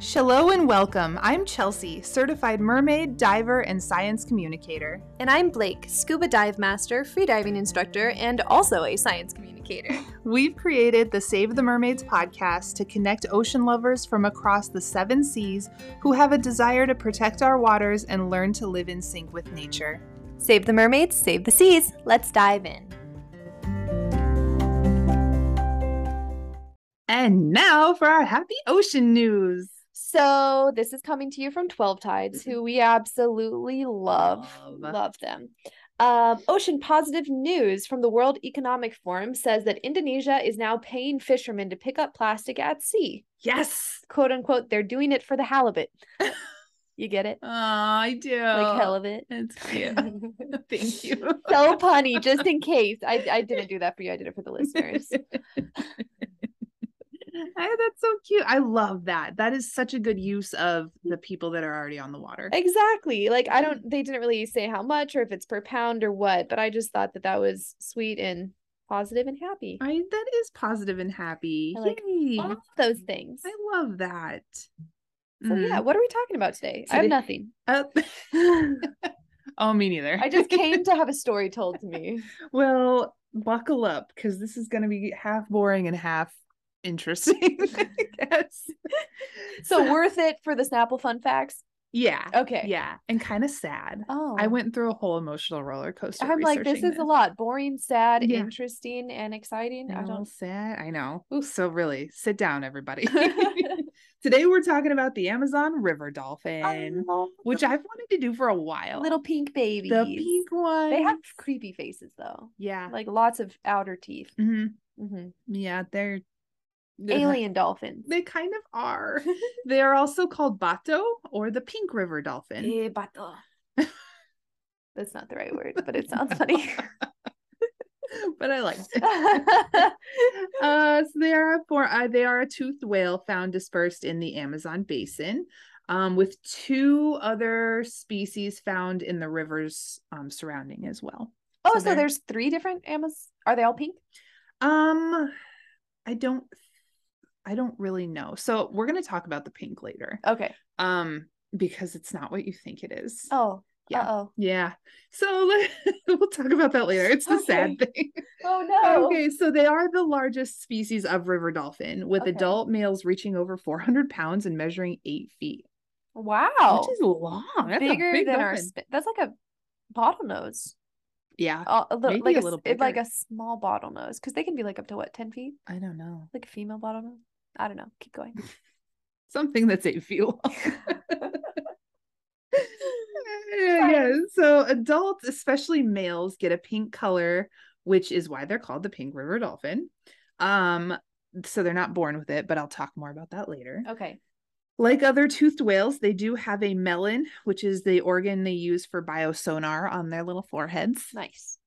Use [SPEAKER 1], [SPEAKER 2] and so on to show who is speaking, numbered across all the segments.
[SPEAKER 1] Shalom and welcome. I'm Chelsea, certified mermaid, diver, and science communicator.
[SPEAKER 2] And I'm Blake, scuba dive master, freediving instructor, and also a science communicator.
[SPEAKER 1] We've created the Save the Mermaids podcast to connect ocean lovers from across the seven seas who have a desire to protect our waters and learn to live in sync with nature.
[SPEAKER 2] Save the mermaids, save the seas. Let's dive in.
[SPEAKER 1] And now for our happy ocean news.
[SPEAKER 2] So, this is coming to you from 12 Tides, who we absolutely love.
[SPEAKER 1] Love.
[SPEAKER 2] Love, them. Um, ocean positive news from the World Economic Forum says that Indonesia is now paying fishermen to pick up plastic at sea.
[SPEAKER 1] Yes.
[SPEAKER 2] Quote unquote, they're doing it for the halibut. you get it?
[SPEAKER 1] Oh, I do.
[SPEAKER 2] Like halibut.
[SPEAKER 1] It's cute. Thank you.
[SPEAKER 2] so punny, just in case. I, I didn't do that for you. I did it for the listeners.
[SPEAKER 1] Ah, that's so cute. I love that. That is such a good use of the people that are already on the water.
[SPEAKER 2] Exactly. Like I don't they didn't really say how much or if it's per pound or what, but I just thought that that was sweet and positive and happy.
[SPEAKER 1] I that is positive and happy.
[SPEAKER 2] I like
[SPEAKER 1] Yay.
[SPEAKER 2] All of those things.
[SPEAKER 1] I love that.
[SPEAKER 2] So yeah, what are we talking about today? I have
[SPEAKER 1] Today-
[SPEAKER 2] nothing.
[SPEAKER 1] Mm. Oh. oh, me neither.
[SPEAKER 2] I just came to have a story told to me.
[SPEAKER 1] well, buckle up because this is going to be half boring and half interesting. I guess.
[SPEAKER 2] So worth it for the Snapple fun facts.
[SPEAKER 1] yeah,
[SPEAKER 2] Okay.
[SPEAKER 1] yeah, and kind of sad.
[SPEAKER 2] Oh.
[SPEAKER 1] I went through a whole emotional roller coaster.
[SPEAKER 2] I'm like this
[SPEAKER 1] researching
[SPEAKER 2] is a lot boring, sad,
[SPEAKER 1] Yeah.
[SPEAKER 2] interesting and exciting. I
[SPEAKER 1] know,
[SPEAKER 2] don't
[SPEAKER 1] sad. I know.
[SPEAKER 2] Oof.
[SPEAKER 1] So really, sit down, everybody. Today we're talking about the Amazon
[SPEAKER 2] Um,
[SPEAKER 1] river dolphin,
[SPEAKER 2] Oh,
[SPEAKER 1] which I've wanted to do for a while.
[SPEAKER 2] little pink babies.
[SPEAKER 1] the pink one.
[SPEAKER 2] They have creepy faces though.
[SPEAKER 1] yeah.
[SPEAKER 2] Like lots of outer teeth.
[SPEAKER 1] hmm
[SPEAKER 2] Mhm.
[SPEAKER 1] Yeah, they're they're-
[SPEAKER 2] alien dolphins.
[SPEAKER 1] They kind of are. they are also called bato or the pink river dolphin.
[SPEAKER 2] Eh, bato. That's not the right word, but it sounds funny. Oh,
[SPEAKER 1] but I liked it. uh, so they are a for uh, they are a toothed whale found dispersed in the Amazon basin, um, with two other species found in the rivers um, surrounding as well.
[SPEAKER 2] oh,
[SPEAKER 1] So
[SPEAKER 2] so,
[SPEAKER 1] they're-
[SPEAKER 2] there's three different Amaz. Are they all pink?
[SPEAKER 1] Um, I don't, I don't really know. So we're gonna talk about the pink later,
[SPEAKER 2] Okay.
[SPEAKER 1] um, because it's not what you think it is.
[SPEAKER 2] Oh.
[SPEAKER 1] Yeah.
[SPEAKER 2] Uh-oh.
[SPEAKER 1] Yeah. So we'll talk about that later. It's the sad thing.
[SPEAKER 2] Oh no.
[SPEAKER 1] Okay, so they are the largest species of river dolphin, with
[SPEAKER 2] Okay.
[SPEAKER 1] adult males reaching over 400 pounds and measuring eight feet,
[SPEAKER 2] Wow.
[SPEAKER 1] which is long. That's a
[SPEAKER 2] bigger
[SPEAKER 1] big
[SPEAKER 2] than our.
[SPEAKER 1] dolphin.
[SPEAKER 2] Sp- that's like a bottlenose.
[SPEAKER 1] Yeah,
[SPEAKER 2] Uh, a little,
[SPEAKER 1] Maybe
[SPEAKER 2] like
[SPEAKER 1] a
[SPEAKER 2] a,
[SPEAKER 1] little
[SPEAKER 2] little like
[SPEAKER 1] bigger.
[SPEAKER 2] a small bottlenose because they can be like up to what ten feet,
[SPEAKER 1] I don't know.
[SPEAKER 2] like a female bottlenose. I don't know. Keep going.
[SPEAKER 1] Something that's eight feet long. yeah, so adults, especially males, get a pink color, which is why they're called the pink river dolphin. Um, so they're not born with it, but I'll talk more about that later.
[SPEAKER 2] Okay.
[SPEAKER 1] Like other toothed whales, they do have a melon, which is the organ they use for biosonar on their little foreheads.
[SPEAKER 2] Nice.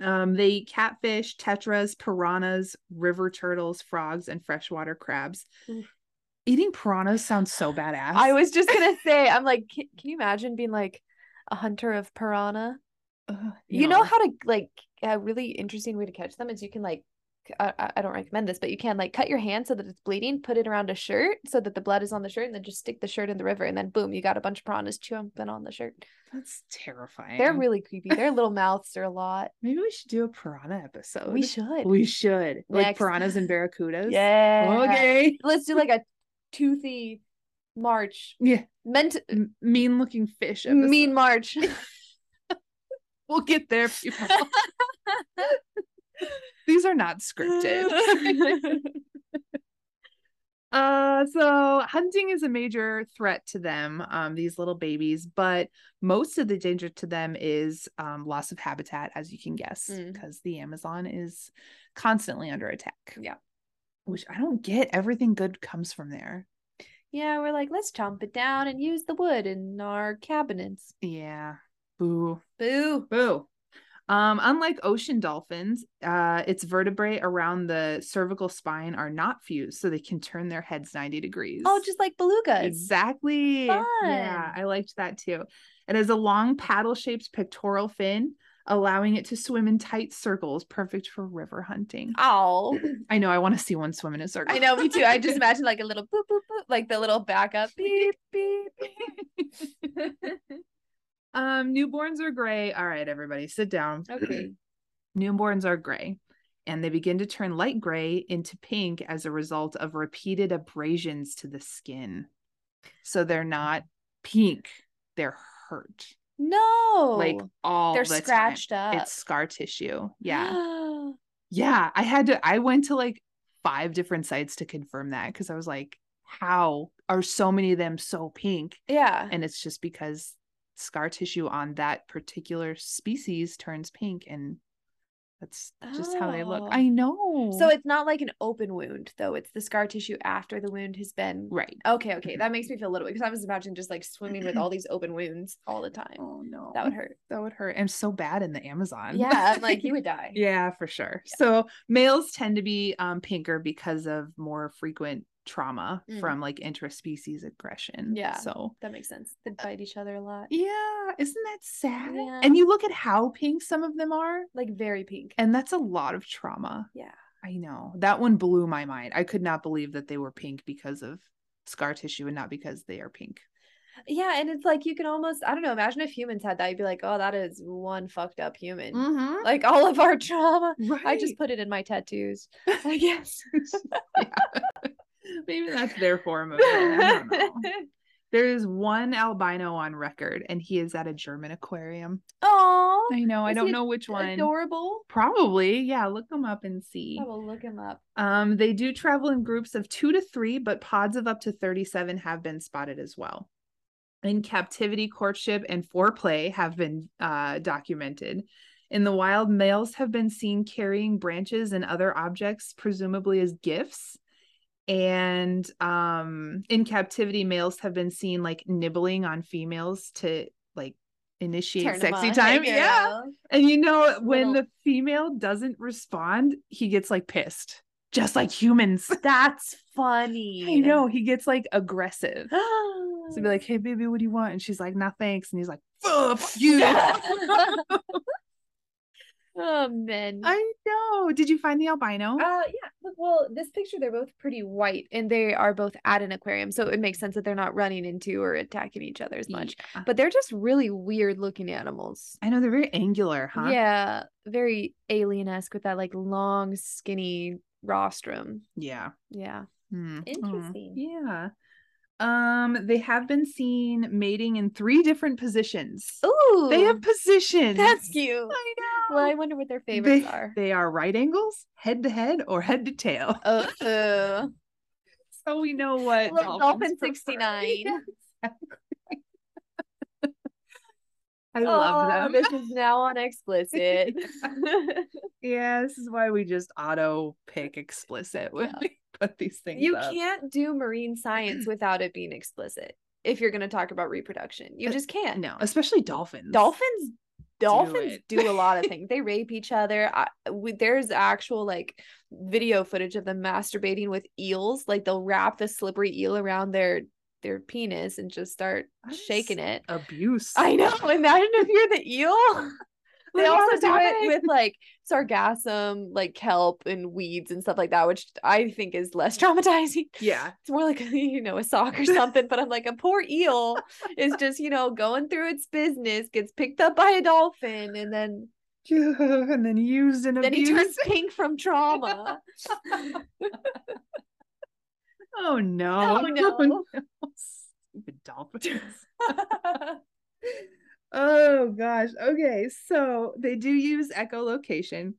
[SPEAKER 1] Um, they catfish, tetras, piranhas, river turtles, frogs, and freshwater crabs.
[SPEAKER 2] Oof.
[SPEAKER 1] Eating piranhas sounds so badass.
[SPEAKER 2] I was just gonna say, I'm like, can, can you imagine being like a hunter of piranha?
[SPEAKER 1] Ugh,
[SPEAKER 2] You know
[SPEAKER 1] no.
[SPEAKER 2] how to like a really interesting way to catch them is you can like c- I, I- I don't recommend this, but you can like cut your hand so that it's bleeding, put it around a shirt so that the blood is on the shirt, and then just stick the shirt in the river, and then boom, you got a bunch of piranhas chomping on the shirt.
[SPEAKER 1] that's terrifying.
[SPEAKER 2] They're really creepy. Their little mouths are a lot.
[SPEAKER 1] Maybe we should do a piranha episode.
[SPEAKER 2] We should.
[SPEAKER 1] We should. Like
[SPEAKER 2] Next.
[SPEAKER 1] piranhas and barracudas.
[SPEAKER 2] yeah.
[SPEAKER 1] Okay.
[SPEAKER 2] Let's do like a toothy march.
[SPEAKER 1] Yeah.
[SPEAKER 2] Meant
[SPEAKER 1] mean looking fish. Episode.
[SPEAKER 2] mean march.
[SPEAKER 1] We'll get there, people. These are not scripted. uh, so hunting is a major threat to them, um, these little babies, but most of the danger to them is um, loss of habitat, as you can guess,
[SPEAKER 2] Mm.
[SPEAKER 1] because the Amazon is constantly under attack.
[SPEAKER 2] Yeah.
[SPEAKER 1] Which I don't get. Everything good comes from there.
[SPEAKER 2] Yeah, we're like, let's chomp it down and use the wood in our cabinets.
[SPEAKER 1] Yeah. Boo.
[SPEAKER 2] Boo.
[SPEAKER 1] Boo. Um, unlike ocean dolphins, uh, its vertebrae around the cervical spine are not fused, so they can turn their heads 90 degrees.
[SPEAKER 2] Oh, just like belugas.
[SPEAKER 1] exactly. Yeah,
[SPEAKER 2] Fun.
[SPEAKER 1] I liked that too. It has a long paddle shaped pectoral fin, allowing it to swim in tight circles, perfect for river hunting.
[SPEAKER 2] Ow.
[SPEAKER 1] I know I want to see one swim in a circle.
[SPEAKER 2] I know, me too. I just imagine like a little boop boop boop, like the little backup beep beep. beep.
[SPEAKER 1] um, newborns are gray. All right, everybody, sit down.
[SPEAKER 2] okay.
[SPEAKER 1] Newborns are gray, and they begin to turn light gray into pink as a result of repeated abrasions to the skin. So they're not pink; they're hurt,
[SPEAKER 2] No.
[SPEAKER 1] like all
[SPEAKER 2] Oh, they're
[SPEAKER 1] the time.
[SPEAKER 2] scratched up.
[SPEAKER 1] It's scar tissue. Yeah. Yeah, I had to I went to like five different sites to confirm that cuz I was like how are so many of them so pink?
[SPEAKER 2] yeah.
[SPEAKER 1] And it's just because scar tissue on that particular species turns pink and that's just how they look.
[SPEAKER 2] Oh.
[SPEAKER 1] I know.
[SPEAKER 2] So it's not like an open wound though. It's the scar tissue after the wound has been.
[SPEAKER 1] right.
[SPEAKER 2] Okay, okay, that makes me feel a little bit because I was imagining just like swimming with all these open wounds all the time.
[SPEAKER 1] Oh no.
[SPEAKER 2] That would hurt.
[SPEAKER 1] that would hurt. And so bad in the Amazon.
[SPEAKER 2] Yeah, I'm like you would die.
[SPEAKER 1] Yeah, for sure. So males tend to be um, pinker because of more frequent trauma
[SPEAKER 2] Mhm.
[SPEAKER 1] from like intraspecies aggression.
[SPEAKER 2] Yeah.
[SPEAKER 1] So
[SPEAKER 2] That makes sense. They bite each other a lot.
[SPEAKER 1] yeah, isn't that sad?
[SPEAKER 2] Yeah.
[SPEAKER 1] And you look at how pink some of them are,
[SPEAKER 2] Like very pink.
[SPEAKER 1] and that's a lot of trauma.
[SPEAKER 2] Yeah.
[SPEAKER 1] I know that one blew my mind. I could not believe that they were pink because of scar tissue and not because they are pink.
[SPEAKER 2] Yeah, and it's like you can almost I don't know, imagine if humans had that, you'd be like, Oh, that is one fucked up human.
[SPEAKER 1] Mm-hmm.
[SPEAKER 2] Like all of our trauma.
[SPEAKER 1] Right.
[SPEAKER 2] I just put it in my tattoos. I guess.
[SPEAKER 1] maybe that's their form of it. I don't know. There is one albino on record, and he is at a German aquarium.
[SPEAKER 2] Oh
[SPEAKER 1] I know. I
[SPEAKER 2] Is
[SPEAKER 1] don't
[SPEAKER 2] he
[SPEAKER 1] know which one.
[SPEAKER 2] adorable.
[SPEAKER 1] Probably. Yeah. Look them up and see.
[SPEAKER 2] I will look him up.
[SPEAKER 1] Um, they do travel in groups of two to three, but pods of up to 37 have been spotted as well. In captivity, courtship, and foreplay have been uh, documented. In the wild, males have been seen carrying branches and other objects, presumably as gifts. And um, in captivity, males have been seen like nibbling on females to like initiate
[SPEAKER 2] Turn him
[SPEAKER 1] sexy
[SPEAKER 2] on. uh,
[SPEAKER 1] time.
[SPEAKER 2] Hey,
[SPEAKER 1] yeah.
[SPEAKER 2] girl.
[SPEAKER 1] And you know,
[SPEAKER 2] Just
[SPEAKER 1] when
[SPEAKER 2] little-
[SPEAKER 1] the female doesn't respond, he gets like pissed, just like humans.
[SPEAKER 2] That's funny.
[SPEAKER 1] I know he gets like aggressive.
[SPEAKER 2] so
[SPEAKER 1] So be like, hey, baby, what do you want? And she's like, nah, thanks. And he's like, fuck you.
[SPEAKER 2] oh man.
[SPEAKER 1] I know. Did you find the albino?
[SPEAKER 2] Uh yeah, look, well, this picture they're both pretty white and they are both at an aquarium, so it makes sense that they're not running into or attacking each other as much.
[SPEAKER 1] Yeah.
[SPEAKER 2] But they're just really weird looking animals.
[SPEAKER 1] I know they're very angular, huh?
[SPEAKER 2] Yeah, very alien-esque with that like long, skinny rostrum.
[SPEAKER 1] Yeah.
[SPEAKER 2] Yeah.
[SPEAKER 1] Hmm. Aw.
[SPEAKER 2] Interesting.
[SPEAKER 1] Yeah. Um, they have been seen mating in three different positions.
[SPEAKER 2] Ooh.
[SPEAKER 1] They have positions.
[SPEAKER 2] that's
[SPEAKER 1] I
[SPEAKER 2] cute.
[SPEAKER 1] know.
[SPEAKER 2] Well, I wonder what their favorites
[SPEAKER 1] they,
[SPEAKER 2] are.
[SPEAKER 1] They are right angles, head to head, or head to tail.
[SPEAKER 2] Oh,
[SPEAKER 1] So we know what
[SPEAKER 2] Little
[SPEAKER 1] dolphins
[SPEAKER 2] Dolphin
[SPEAKER 1] prefer.
[SPEAKER 2] 69.
[SPEAKER 1] Yeah, exactly. I love them.
[SPEAKER 2] Oh, This is now on explicit.
[SPEAKER 1] Yeah, this is why we just auto pick explicit when
[SPEAKER 2] Yeah.
[SPEAKER 1] we put these things.
[SPEAKER 2] you
[SPEAKER 1] up.
[SPEAKER 2] can't do marine science without it being explicit. If you're going to talk about reproduction, you
[SPEAKER 1] Uh,
[SPEAKER 2] just can't.
[SPEAKER 1] No, especially dolphins.
[SPEAKER 2] dolphins dolphins
[SPEAKER 1] it.
[SPEAKER 2] do, a lot of things they rape each other I, we, there's actual like video footage of them masturbating with eels like they'll wrap the slippery eel around their their penis and just start
[SPEAKER 1] That is
[SPEAKER 2] shaking it
[SPEAKER 1] abuse.
[SPEAKER 2] i know imagine if you're the eel they
[SPEAKER 1] We're
[SPEAKER 2] also do
[SPEAKER 1] all
[SPEAKER 2] it
[SPEAKER 1] dying.
[SPEAKER 2] with like sargassum like kelp and weeds and stuff like that which i think is less traumatizing
[SPEAKER 1] Yeah.
[SPEAKER 2] it's more like you know a sock or something but i'm like a poor eel is just you know going through its business gets picked up by a dolphin and then
[SPEAKER 1] And then used and
[SPEAKER 2] then he
[SPEAKER 1] abused.
[SPEAKER 2] turns pink from trauma
[SPEAKER 1] oh no.
[SPEAKER 2] Oh, no.
[SPEAKER 1] Stupid dolphins. Oh gosh. Okay, so they do use echolocation.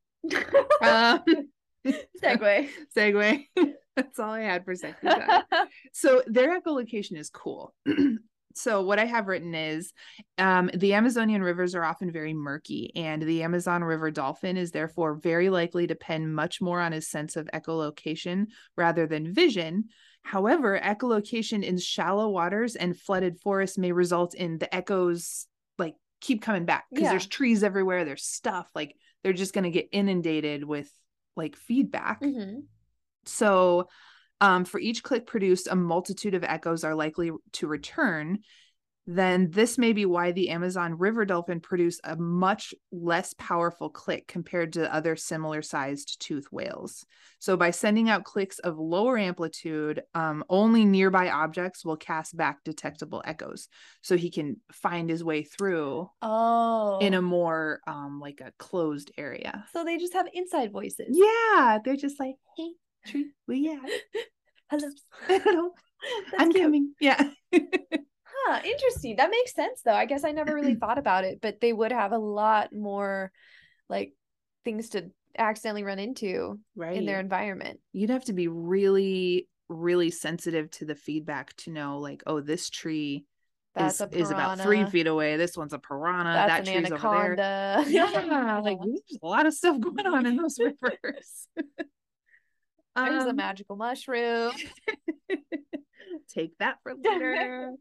[SPEAKER 1] um,
[SPEAKER 2] segue
[SPEAKER 1] segue. That's all I had for second time.
[SPEAKER 2] Mm-hmm.
[SPEAKER 1] So their echolocation is cool. so what I have written is um, the Amazonian rivers are often very murky, and the Amazon River dolphin is therefore very likely to depend much more on his sense of echolocation rather than vision. However, echolocation in shallow waters and flooded forests may result in the echoes like keep coming back because
[SPEAKER 2] Yeah.
[SPEAKER 1] there's trees everywhere, there's stuff like they're just going to get inundated with like feedback.
[SPEAKER 2] Mhm.
[SPEAKER 1] So, um, for each click produced, a multitude of echoes are likely to return. then this may be why the Amazon river dolphin produce a much less powerful click compared to other similar sized toothed whales. So, by sending out clicks of lower amplitude, um, only nearby objects will cast back detectable echoes. So, he can find his way through
[SPEAKER 2] Oh.
[SPEAKER 1] in a more um, like a closed area.
[SPEAKER 2] so they just have inside voices.
[SPEAKER 1] Yeah, they're just like, hey, tree, well, yeah,
[SPEAKER 2] Hello.
[SPEAKER 1] hello,
[SPEAKER 2] That's
[SPEAKER 1] I'm
[SPEAKER 2] cute.
[SPEAKER 1] coming. Yeah.
[SPEAKER 2] Huh, interesting. That makes sense though. I guess I never really thought about it, but they would have a lot more like things to accidentally run into
[SPEAKER 1] Right.
[SPEAKER 2] in their environment.
[SPEAKER 1] you'd have to be really really sensitive to the feedback to know like oh this tree
[SPEAKER 2] That's
[SPEAKER 1] is,
[SPEAKER 2] a
[SPEAKER 1] is about three
[SPEAKER 2] piranha.
[SPEAKER 1] feet away this one's a piranha Uh, that
[SPEAKER 2] That's an
[SPEAKER 1] tree's over there
[SPEAKER 2] anaconda.
[SPEAKER 1] yeah like there's a lot of stuff going on in those rivers
[SPEAKER 2] there's a
[SPEAKER 1] Um,
[SPEAKER 2] magical mushroom.
[SPEAKER 1] take that for later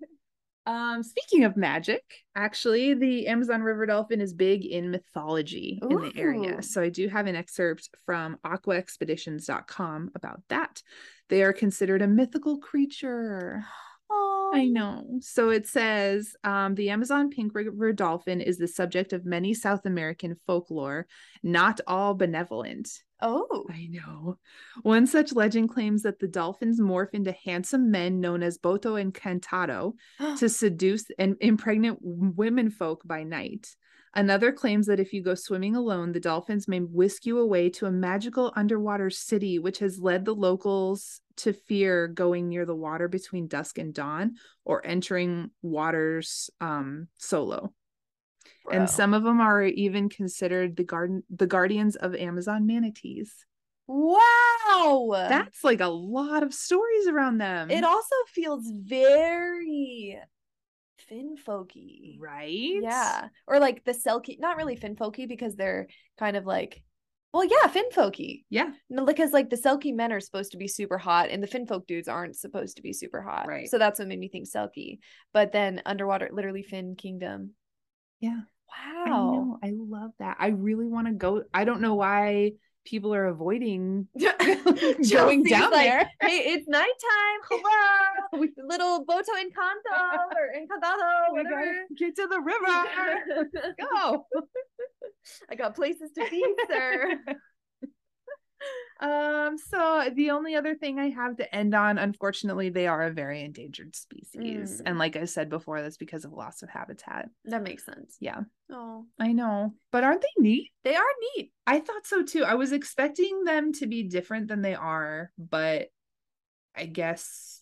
[SPEAKER 1] um speaking of magic actually the amazon river dolphin is big in mythology in the
[SPEAKER 2] Ooh.
[SPEAKER 1] area so i do have an excerpt from aquaexpeditions.com about that they are considered a mythical creature
[SPEAKER 2] Oh,
[SPEAKER 1] I know. So it says um, the Amazon pink river dolphin is the subject of many South American folklore, not all benevolent.
[SPEAKER 2] Oh,
[SPEAKER 1] I know. One such legend claims that the dolphins morph into handsome men known as Boto and Cantado to seduce and impregnate women folk by night. Another claims that if you go swimming alone, the dolphins may whisk you away to a magical underwater city, which has led the locals to fear going near the water between dusk and dawn or entering waters um, solo.
[SPEAKER 2] bro.
[SPEAKER 1] And some of them are even considered the garden, the guardians of Amazon manatees.
[SPEAKER 2] Wow.
[SPEAKER 1] That's like a lot of stories around them.
[SPEAKER 2] it also feels very fin folky.
[SPEAKER 1] right?
[SPEAKER 2] Yeah. Or like the Selkie, not really fin folky because they're kind of like, well, yeah, fin folky.
[SPEAKER 1] Yeah.
[SPEAKER 2] No, because like the Selkie men are supposed to be super hot and the fin folk dudes aren't supposed to be super hot.
[SPEAKER 1] Right.
[SPEAKER 2] So that's what made me think Selkie. But then underwater, literally Fin Kingdom.
[SPEAKER 1] Yeah. I
[SPEAKER 2] Wow.
[SPEAKER 1] know. I love that. I really want to go. I don't know why people are avoiding going
[SPEAKER 2] Chelsea's
[SPEAKER 1] down
[SPEAKER 2] like,
[SPEAKER 1] there.
[SPEAKER 2] Hey, it's nighttime. Hello. Little Boto Encanto or Encantado,
[SPEAKER 1] We gotta
[SPEAKER 2] whatever.
[SPEAKER 1] get to the river. Oh go.
[SPEAKER 2] I got places to be, sir.
[SPEAKER 1] Um, so the only other thing I have to end on, unfortunately, they are a very endangered species.
[SPEAKER 2] Mm.
[SPEAKER 1] And like I said before, that's because of loss of habitat.
[SPEAKER 2] That makes sense.
[SPEAKER 1] Yeah.
[SPEAKER 2] Oh,
[SPEAKER 1] I know. But aren't they neat?
[SPEAKER 2] they are neat.
[SPEAKER 1] I thought so too. I was expecting them to be different than they are, but I guess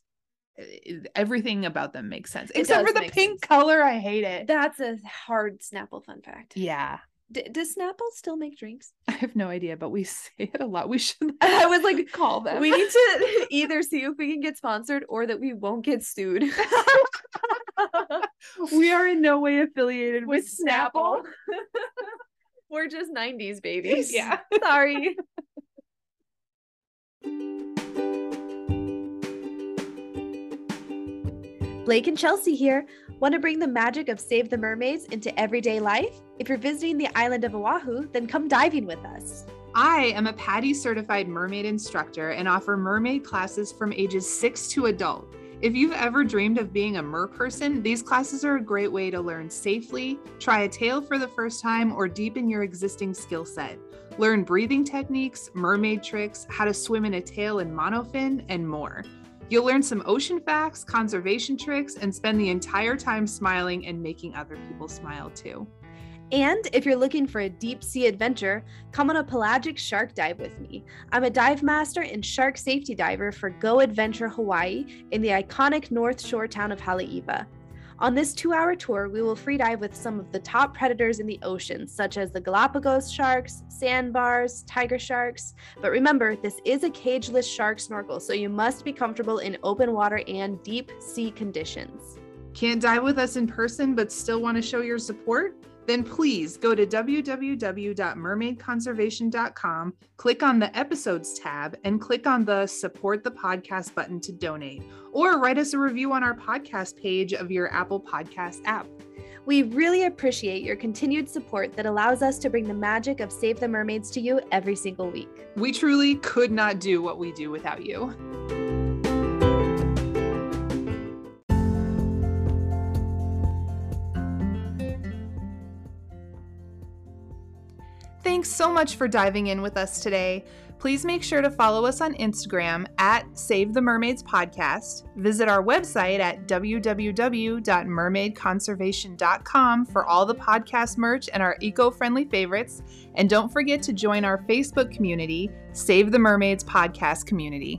[SPEAKER 1] eh, everything about them makes sense.
[SPEAKER 2] It
[SPEAKER 1] Except
[SPEAKER 2] does
[SPEAKER 1] for the
[SPEAKER 2] make
[SPEAKER 1] pink
[SPEAKER 2] sense.
[SPEAKER 1] color, I hate it.
[SPEAKER 2] That's a hard Snapple fun fact.
[SPEAKER 1] yeah,
[SPEAKER 2] D- does Snapple still make drinks?
[SPEAKER 1] I have no idea, but we say it a lot. We should.
[SPEAKER 2] I was like, call them.
[SPEAKER 1] We
[SPEAKER 2] We
[SPEAKER 1] need
[SPEAKER 2] need to either see if we can get sponsored or that we won't get sued.
[SPEAKER 1] we are in no way affiliated with Snapple.
[SPEAKER 2] We're just 90s babies.
[SPEAKER 1] Yeah.
[SPEAKER 2] Sorry. Blake and Chelsea here. Want to bring the magic of Save the Mermaids into everyday life? If you're visiting the island of Oahu, then come diving with us.
[SPEAKER 1] I am a PADI certified mermaid instructor and offer mermaid classes from ages 6 to adult. If you've ever dreamed of being a mer person, these classes are a great way to learn safely, try a tail for the first time, or deepen your existing skill set. Learn breathing techniques, mermaid tricks, how to swim in a tail and monofin, and more. You'll learn some ocean facts, conservation tricks, and spend the entire time smiling and making other people smile too.
[SPEAKER 2] And if you're looking for a deep sea adventure, come on a pelagic shark dive with me. I'm a dive master and shark safety diver for Go Adventure Hawaii in the iconic North Shore town of Haleiwa. On this two hour tour, we will free dive with some of the top predators in the ocean, such as the Galapagos sharks, sandbars, tiger sharks. But remember, this is a cageless shark snorkel, so you must be comfortable in open water and deep sea conditions.
[SPEAKER 1] Can't dive with us in person but still want to show your support? Then please go to www.mermaidconservation.com, click on the episodes tab, and click on the support the podcast button to donate, or write us a review on our podcast page of your Apple Podcast app.
[SPEAKER 2] We really appreciate your continued support that allows us to bring the magic of Save the Mermaids to you every single week.
[SPEAKER 1] We truly could not do what we do without you. Thanks so much for diving in with us today. Please make sure to follow us on Instagram at Save the Mermaids Podcast. Visit our website at www.mermaidconservation.com for all the podcast merch and our eco friendly favorites. And don't forget to join our Facebook community, Save the Mermaids Podcast Community.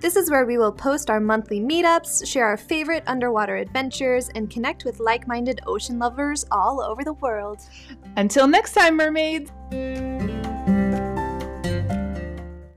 [SPEAKER 2] This is where we will post our monthly meetups, share our favorite underwater adventures, and connect with like minded ocean lovers all over the world.
[SPEAKER 1] Until next time, mermaids!